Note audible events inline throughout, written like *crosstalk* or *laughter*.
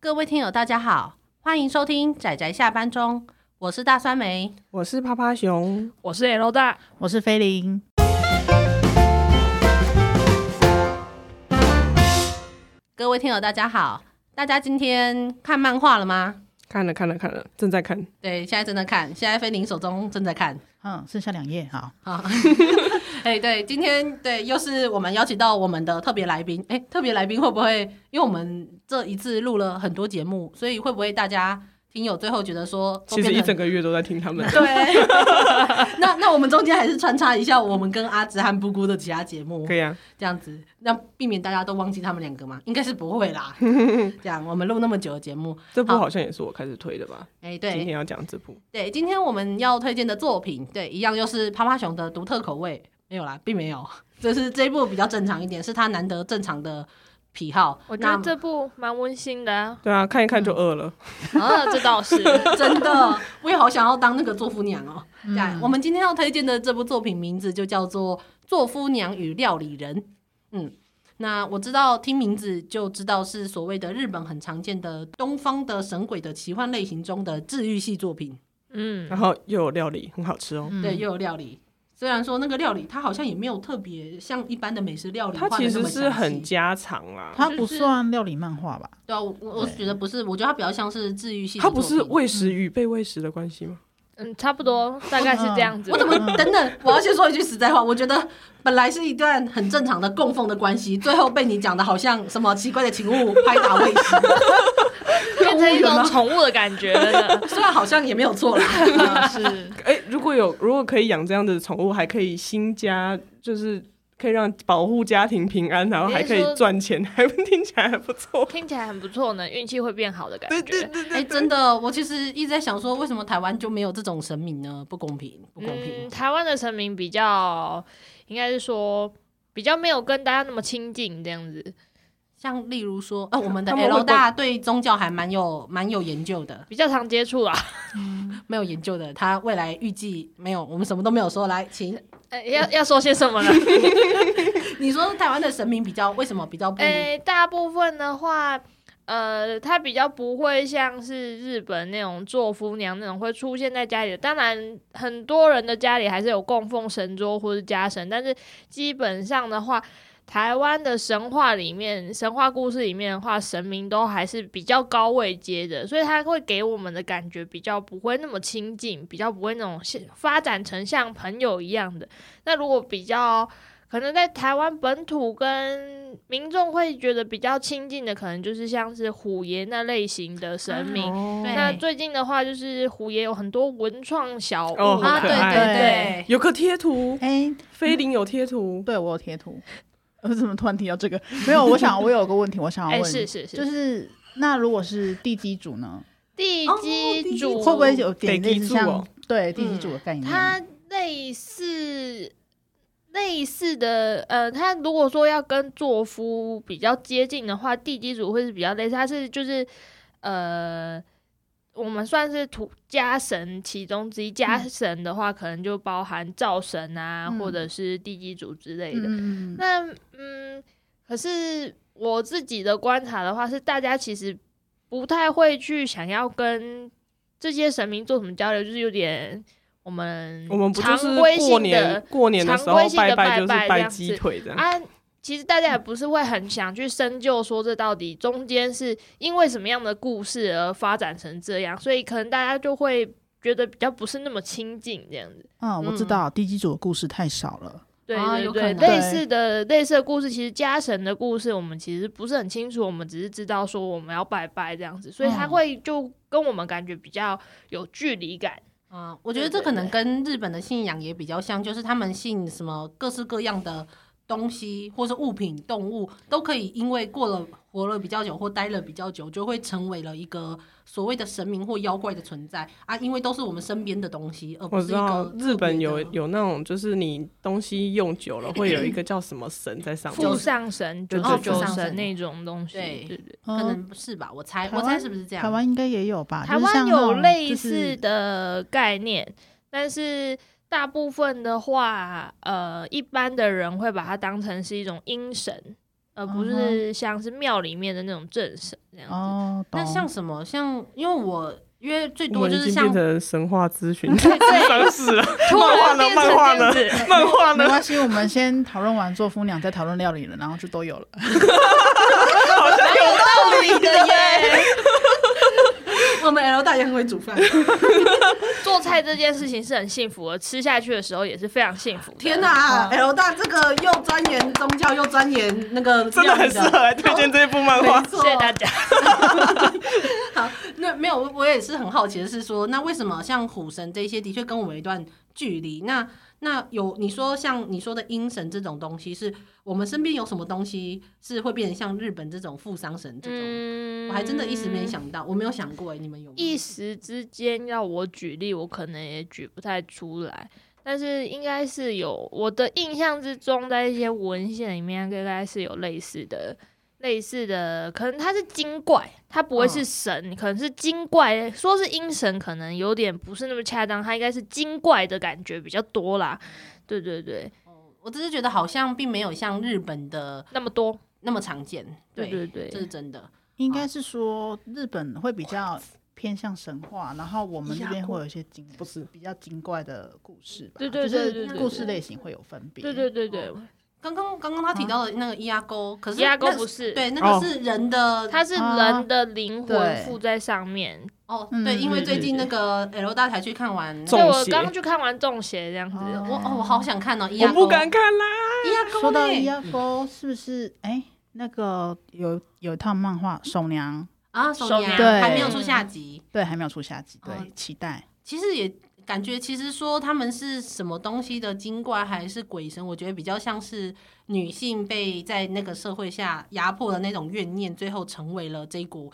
各位听友，大家好，欢迎收听仔仔下班中，我是大酸梅。我是趴趴熊，我是 L 大，我是菲林。各位听友，大家好，大家今天看漫画了吗？看了看了看了，正在看。对，现在正在看，现在菲林手中正在看。 *laughs* 嗯，剩下两页，好，啊，哎、对，今天对，又是我们邀请到我们的特别来宾。哎、特别来宾会不会？因为我们这一次录了很多节目，所以会不会大家听友最后觉得说都其实变一成。整个月都在听他们 *laughs* 对， *laughs* 那那我们中间还是穿插一下我们跟阿直和布姑的其他节目可，以啊，这样子，那避免大家都忘记他们两个嘛，应该是不会 *laughs* 啦。这样，我们录那么久的节目，这部好好像也是我开始推的吧？哎、今天对要讲这部，对，今天我们要推荐的作品，对，一样又是趴趴熊的独特口味，没有啦，并没有， *laughs* 只是这一部比较正常一点，是他难得正常的癖好。我觉得那这部蛮温馨的啊，对啊，看一看就饿了。啊，这倒 *laughs* 是， *laughs* 真的，我也好想要当那个做夫娘哦、对，我们今天要推荐的这部作品名字就叫做《做夫娘与料理人》。嗯，那我知道听名字就知道是所谓的日本很常见的东方的神鬼的奇幻类型中的治愈系作品。嗯，然后又有料理，很好吃哦。嗯对，又有料理。虽然说那个料理，它好像也没有特别像一般的美食料理画它得那其么详实细，是很家常啊啦，它不算料理漫画吧？对啊，我我我是觉得不是，我觉得它比较像是治愈系的它作不品。是喂食与被喂食的关系吗？嗯，差不多，大概是这样子我。怎么 *laughs* 嗯等等？我要先说一句实在话，我觉得本来是一段很正常的供奉的关系，最后被你讲的好像什么奇怪的情物拍打喂食， *laughs* 变成一动物园吗种宠物的感觉了 *laughs* 呢。虽然好像也没有错啦。嗯是，哎、如果有如果可以养这样的宠物，还可以新家就是。可以让保护家庭平安，然后还可你是以说赚钱，还不听起来还不错。听起来很不错呢，运气会变好的感对对觉。对 *laughs* 哎、对，真的，我其实一直在想说，为什么台湾就没有这种神明呢？不公平，不公平。嗯，台湾的神明比较，应该是说比较没有跟大家那么亲近这样子，像例如说，呃，我们的 *laughs* 他们会 L 大对宗教还蛮有蛮有研究的，比较常接触啦。没有研究的，他未来预计没有，我们什么都没有说。来，请呃要要说些什么呢？你说台湾的神明比较为什么比较不？诶、大部分的话，呃，它比较不会像是日本那种做夫娘那种会出现在家里的。当然，很多人的家里还是有供奉神桌或是家神，但是基本上的话，台湾的神话里面、神话故事里面的话，神明都还是比较高位阶的，所以它会给我们的感觉比较不会那么亲近，比较不会那种像发展成像朋友一样的。那如果比较可能在台湾本土跟民众会觉得比较亲近的，可能就是像是虎爷那类型的神哦明。对哎那最近的话，就是虎爷有很多文创小物，哦啊，好对可对爱对，有个贴图，哎，菲林有贴图，对我有贴图， *laughs* 我怎么突然提到这 *laughs* 个？没有，我想我有个问题，我想哎、要问，是是是，就是那如果是地基组呢，地基主、会不会有点北类基似组像哦对地基组的概念？嗯它类似类似的，呃，它如果说要跟作夫比较接近的话，地基组会是比较类似，它是就是呃，我们算是土家神其中之一。家神的话，可能就包含灶神啊，嗯或者是地基组之类的。嗯，嗯那嗯，可是我自己的观察的话，是大家其实不太会去想要跟这些神明做什么交流，就是有点我们我们不就常是规过性的年过年的时候常规性拜的拜就是拜拜这拜样子鸡腿这样，啊。其实大家也不是会很想去深究说这到底中间是因为什么样的故事而发展成这样，所以可能大家就会觉得比较不是那么亲近这样子。嗯，我知道地基组的故事太少了。对啊对有可对，能类似的类似的故事，其实家神的故事我们其实不是很清楚，我们只是知道说我们要拜拜这样子，所以他嗯会就跟我们感觉比较有距离感。啊、我觉得这可能跟日本的信仰也比较像，就是他们信什么各式各样的东西，或是物品、动物，都可以因为过了活了比较久或待了比较久，就会成为了一个所谓的神明或妖怪的存在啊，因为都是我们身边的东西，而不我是知一个道日本有特别的有那种，就是你东西用久了，会有一个叫什么神在上附面。上神、对九对十对九附上神神那种东西，对对对对。可嗯，能是吧？我猜，台我湾猜是不是这样？台湾应该也有吧？台啊就是湾像那有种类就是似的概念，但是大部分的话，呃，一般的人会把它当成是一种阴神。而不是像是庙里面的那种正神这样子。嗯 *laughs* 哦，那懂像什么？像因为我约最我多们就已是经像变成神话咨询，对对上市了， *laughs* 突然漫画呢变成漫画这样子，呢漫画没呢？关系，我们先讨论完做夫娘，再讨论料理人，然后就都有了。有道理的耶。我们 L 大也很会煮饭，做菜这件事情是很幸福的，吃下去的时候也是非常幸福的。天哪哇！L 大这个又钻研宗教，又钻研那个真料的理很适合来推荐这一部漫画没。错谢谢大家。那没有，我我也是很好奇的是说，那为什么像虎神这些的确跟我们有一段距离？那那有你说像你说的阴神这种东西是，我们身边有什么东西是会变成像日本这种富商神这种？嗯我还真的一时没。想到，我没有想过哎、你们有吗？一时之间要我举例，我可能也举不太出来，但是应该是有我的印象之中，在一些文献里面应该是有类似的。类似的，可能它是精怪，它不会是神，可能是精怪。说是阴神，可能有点不是那么恰当，它应该是精怪的感觉比较多啦。对对对，我只是觉得好像并没有像日本的那么多，那么常见，对对对，这是真的。应该是说日本会比较偏向神话，然后我们这边会有一些精不是比较精怪的故事吧，对对对对就对是故事类型会有分别。哦对对对对，刚刚刚刚他提到的那个伊阿沟，可是伊阿沟那不是，对，那哦个是人的它是人的灵魂啊对附在上面。哦，嗯对，因为对最对近那对个 L 大才去看完那个，中对，我邪刚去看完《中邪》这样子，哦我哦，我好想看哦，伊我阿沟不敢看啦，伊阿欸沟说到呢 UFO，是不是？哎，那个有有一套漫画《手娘啊，手手娘娘对还没有出下集》，，对，还没有出下集，哦对，期待。其实也感觉其实说他们是什么东西的精怪还是鬼神，我觉得比较像是女性被在那个社会下压迫的那种怨念，最后成为了这一股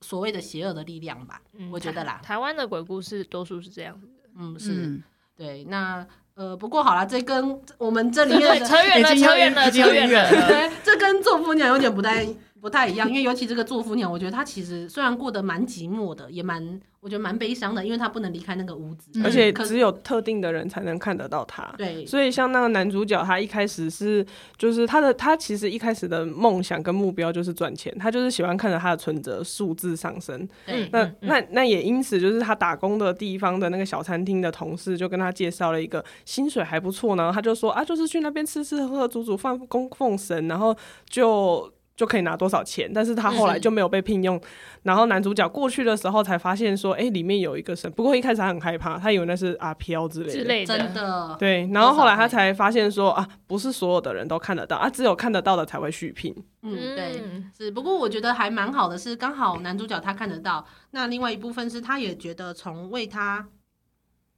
所谓的邪恶的力量吧。嗯我觉得啦台台湾的鬼故事多数是这样子，嗯，是。嗯，对，那呃，不过好啦，这跟我们这里面对，的扯远了，已经扯有远了，已经有扯远远了。了对，这跟做夫娘有点不太不太一样，因为尤其这个做夫娘，我觉得她其实虽然过得蛮寂寞的，也蛮我觉得蛮悲伤的，因为她不能离开那个屋子，嗯而且可嗯只有特定的人才能看得到它。对所以像那个男主角，他一开始是就是他的他其实一开始的梦想跟目标就是赚钱，他就是喜欢看着他的存折数字上升。对那、嗯嗯那那也因此就是他打工的地方的那个小餐厅的同事就跟他介绍了一个薪水还不错，然后他就说啊，就是去那边吃吃喝喝、煮煮饭、供奉神，然后就。就可以拿多少钱，但是他后来就没有被聘用。然后男主角过去的时候才发现说，哎、里面有一个神。不过一开始他很害怕，他以为那是阿飘之类的。之类真的，的对，然后后来他多少才发现说啊，不是所有的人都看得到啊，只有看得到的才会续聘。嗯对。，是，不过我觉得还蛮好的是，刚好男主角他看得到，那另外一部分是他也觉得从为他，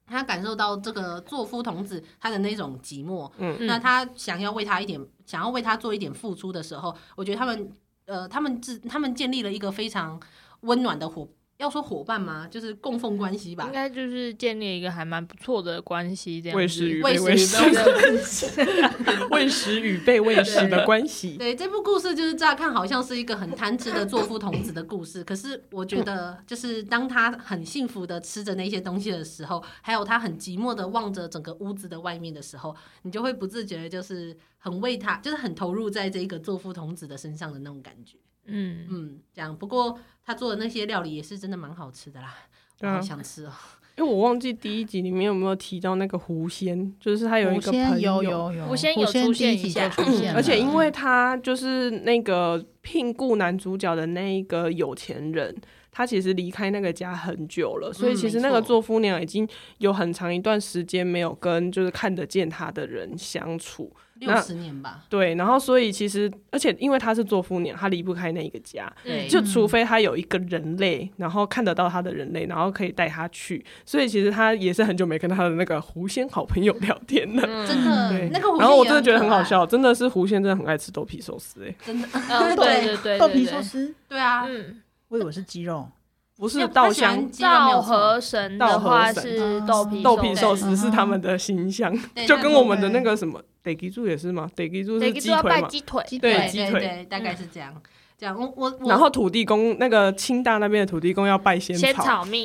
他感受到这个作夫童子他的那种寂寞，嗯那他想要为他一点，想要为他做一点付出的时候，我觉得他们呃，他们自他们建立了一个非常温暖的伙，要说伙伴吗？就是供奉关系吧应。该就是建立一个还蛮不错的关系，这样子喂食与喂被食喂食与， *laughs* *laughs* 喂食与被喂食的关系。对，这部故事就是乍看好像是一个很贪吃的作夫童子的故事，可是我觉得，就是当他很幸福的吃着那些东西的时候，还有他很寂寞的望着整个屋子的外面的时候，你就会不自觉地就是很为他，就是很投入在这一个作夫童子的身上的那种感觉。嗯，嗯，这样。不过他做的那些料理也是真的蛮好吃的啦，我对啊好想吃哦、因为我忘记第一集里面有没有提到那个狐仙，就是他有一狐个仙朋有友，有有，狐仙有出第现一一集下就出现了，而且因为他就是那个聘雇男主角的那一个有钱人。他其实离开那个家很久了，所以嗯其实没那个错做夫娘已经有很长一段时间没有跟就是看得见他的人相处，六十年吧。对，然后所以其实，而且因为她是做夫娘，她离不开那一个家，对，就除非她有一个人类，然后看得到她的人类，然后可以带她去，所以其实她也是很久没跟她的那个狐仙好朋友 *laughs* 聊天了。嗯真的对，那个嗯狐然后狸我也真的觉得很好可爱，笑，真的是狐仙真的很爱吃豆皮寿司、欸，真的， *laughs* 嗯，对对对对，豆皮对寿，司，对啊，嗯，我以为是鸡肉，不要是他稻喜欢香鸡肉没有错道嗯和神的话是豆皮豆皮寿寿司是他们的形象，对就那跟个我们的对那个什么得吉柱也是吗？得吉柱对，是一个鸡要腿拜嘛，鸡腿，鸡对腿鸡对腿对，大概是这样。这样，我我我然后土地公那个清大那边的土地公要拜仙仙草蜜，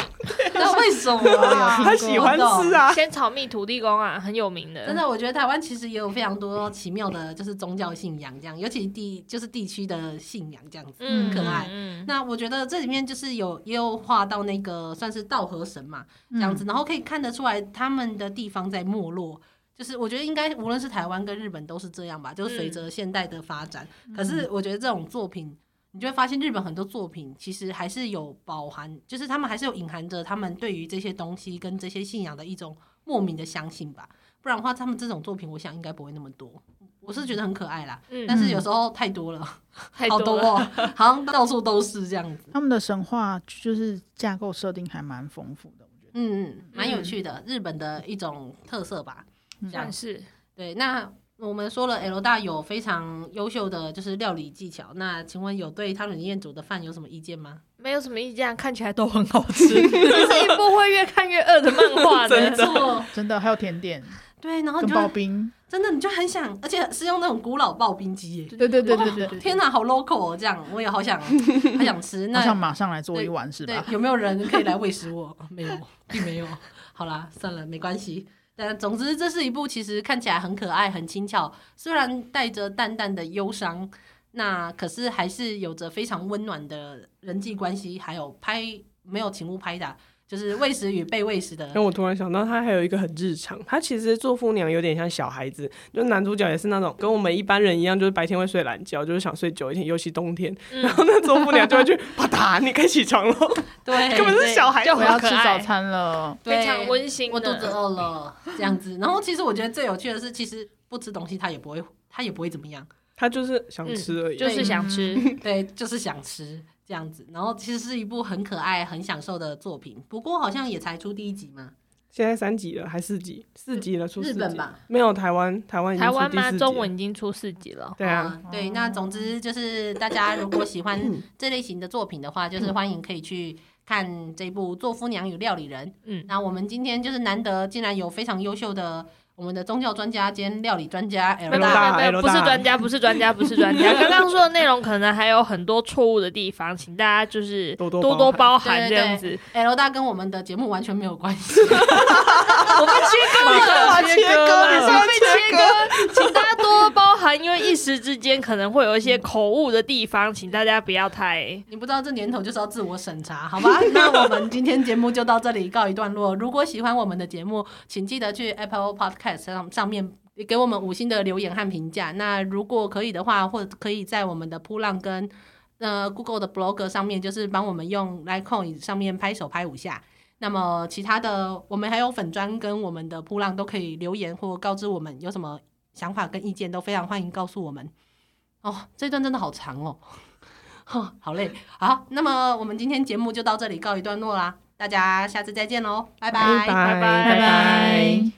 那为什 *laughs* 么啊？他喜我欢懂吃啊，仙草蜜土地公啊，很有名的。真的，我觉得台湾其实也有非常多奇妙的，就是宗教信仰这样，尤其地就是地区的信仰这样子，嗯，很可爱。嗯，那我觉得这里面就是有也有画到那个算是道和神嘛这嗯样嗯子，然后可以看得出来他们的地方在没落。就是我觉得应该无论是台湾跟日本都是这样吧，就是随嗯着现代的发展。可是我觉得这种作品，你就会发现日本很多作品其实还是有饱含，就是他们还是有隐含着他们对于这些东西跟这些信仰的一种莫名的相信吧。不然的话，他们这种作品我想应该不会那么多。我是觉得很可爱啦，嗯但是有时候太多了。太好多多了。哦， *laughs* 好像到处都是这样子。他们的神话就是架构设定还蛮丰富的，我觉得。嗯嗯，蛮有趣的，日本的一种特色吧。这样算是对，那我们说了，L 大有非常优秀的就是料理技巧。那请问有对汤圆彦祖的饭有什么意见吗？没有什么意见，看起来都很好 *laughs* 吃，这是一部会越看越饿的漫画真呢。的错，真的还有甜点对，哦然后你跟就刨冰，真的你就很想，而且是用那种古老刨冰机耶。对对对对对对，天哪，好 local 哦！这样我也好想，好想吃。 *laughs* 好那想马上来做一碗是对吧？，有没有人可以来喂食我？ *laughs* 哦没有，并没有。好啦，算了，没关系。但总之，这是一部其实看起来很可爱、很轻巧，虽然带着淡淡的忧伤，那可是还是有着非常温暖的人际关系，还有拍没有请勿拍打，就是喂食与被喂食的然哎后我突然想到，他还有一个很日常，他其实做父娘有点像小孩子，就男主角也是那种跟我们一般人一样，就是白天会睡懒觉，就是想睡久一点，尤其冬天。然后那做父娘就会去啪嗒，你该起床了，对，根本是小孩就我要好吃可早爱，餐了，哎对非常温馨的。我肚子饿了这样子。然后其实我觉得最有趣的是，其实不吃东西他也不会，他也不会怎么样。他就是想吃而已。就是想吃，对，就是想吃这样子。然后其实是一部很可爱、很享受的作品，不过好像也才出第一集嘛，现在三集了，还四集，四集了，出四日集本？吧。没有台湾，台湾已经台出湾第吗？四集中了文已经出四集了。对啊，嗯嗯对。那总之就是大家如果喜欢这类型的作品的话，就是欢迎可以去看这部《做夫娘与料理人》。嗯，那我们今天就是难得，竟然有非常优秀的我们的宗教专家兼料理专家 L 没有没大哎大。有没有， L 不是哎大专家，不是专家，不是 *laughs* 专家。刚刚说的内容可能还有很多错误的地方，请大家就是多多包多多涵对包涵这对对样子。 L 大跟我们的节目完全没有关系， *laughs* 我被切割了，切割了 *laughs* 我被切割，请大家多多包涵，因为一时之间可能会有一些口误的地方，请大家不要太。你不知道这年头就是要自我审查，好吧？ *laughs* 那我们今天节目就到这里告一段落。如果喜欢我们的节目，请记得去 Apple Podcast 上上面给我们五星的留言和评价。那如果可以的话，或可以在我们的扑浪跟呃 Google 的 Blog 上面，就是帮我们用 Litecoin 上面拍手拍五下。那么其他的，我们还有粉砖跟我们的扑浪都可以留言或告知我们有什么想法跟意见，都非常欢迎告诉我们。哦，这段真的好长哦。 *laughs* 哼，好累。好，那么我们今天节目就到这里告一段落啦，大家下次再见喽，拜拜拜拜拜拜拜。